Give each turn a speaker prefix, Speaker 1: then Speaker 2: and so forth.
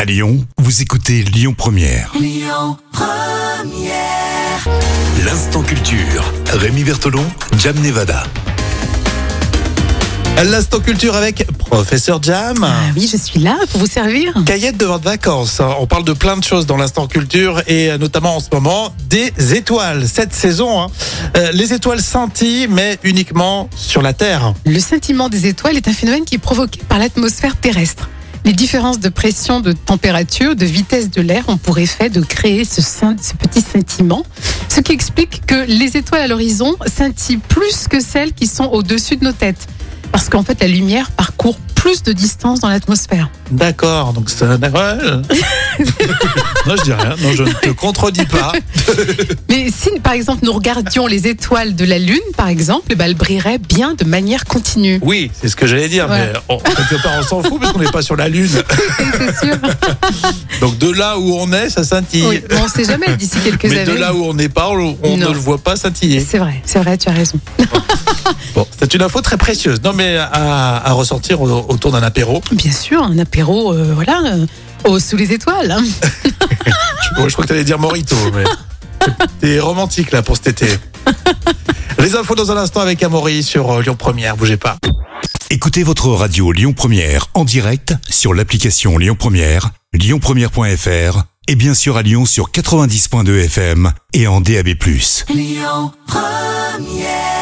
Speaker 1: À Lyon, vous écoutez Lyon Première. L'instant culture. Rémi Bertolon, Jam Nevada.
Speaker 2: L'instant culture avec professeur Jam.
Speaker 3: Ah Oui, je suis là pour vous servir.
Speaker 2: Cahier de vente vacances. hein. On parle de plein de choses dans l'instant culture et euh, notamment en ce moment des étoiles. Cette saison, hein, euh, les étoiles scintillent, mais uniquement sur la Terre.
Speaker 3: Le scintillement des étoiles est un phénomène qui est provoqué par l'atmosphère terrestre. Les différences de pression, de température, de vitesse de l'air ont pour effet de créer ce, scin- ce petit scintillement, ce qui explique que les étoiles à l'horizon scintillent plus que celles qui sont au-dessus de nos têtes, parce qu'en fait la lumière parcourt plus de distance dans l'atmosphère.
Speaker 2: D'accord, donc ça. ouais, euh. non, je dis rien. Non, je ne te contredis pas.
Speaker 3: Mais si, par exemple, nous regardions les étoiles de la Lune, par exemple, eh ben, elles brilleraient bien de manière continue.
Speaker 2: Oui, c'est ce que j'allais dire,
Speaker 3: Voilà.
Speaker 2: mais on, quelque part, on s'en fout parce qu'on n'est pas sur la Lune.
Speaker 3: C'est sûr.
Speaker 2: Donc de là où on est, ça scintille.
Speaker 3: Oui, bon, on ne sait jamais d'ici quelques
Speaker 2: mais de
Speaker 3: années.
Speaker 2: là où on n'est pas, on, on ne
Speaker 3: Non.
Speaker 2: le voit pas scintiller.
Speaker 3: C'est vrai, c'est vrai, tu as raison.
Speaker 2: Bon, c'est une info très précieuse. Non, mais à, à ressortir au- autour d'un apéro.
Speaker 3: Bien sûr, un apéro, euh, voilà, euh, au- sous les étoiles. hein.
Speaker 2: Je, bon, je crois que tu allais dire Morito, mais t'es romantique là pour cet été. Les infos dans un instant avec Amaury sur euh, Lyon Première. Bougez pas.
Speaker 1: Écoutez votre radio Lyon Première en direct sur l'application Lyon Première, lyonpremière.fr et bien sûr à Lyon sur 90.2 FM et en DAB+.
Speaker 4: Lyon Première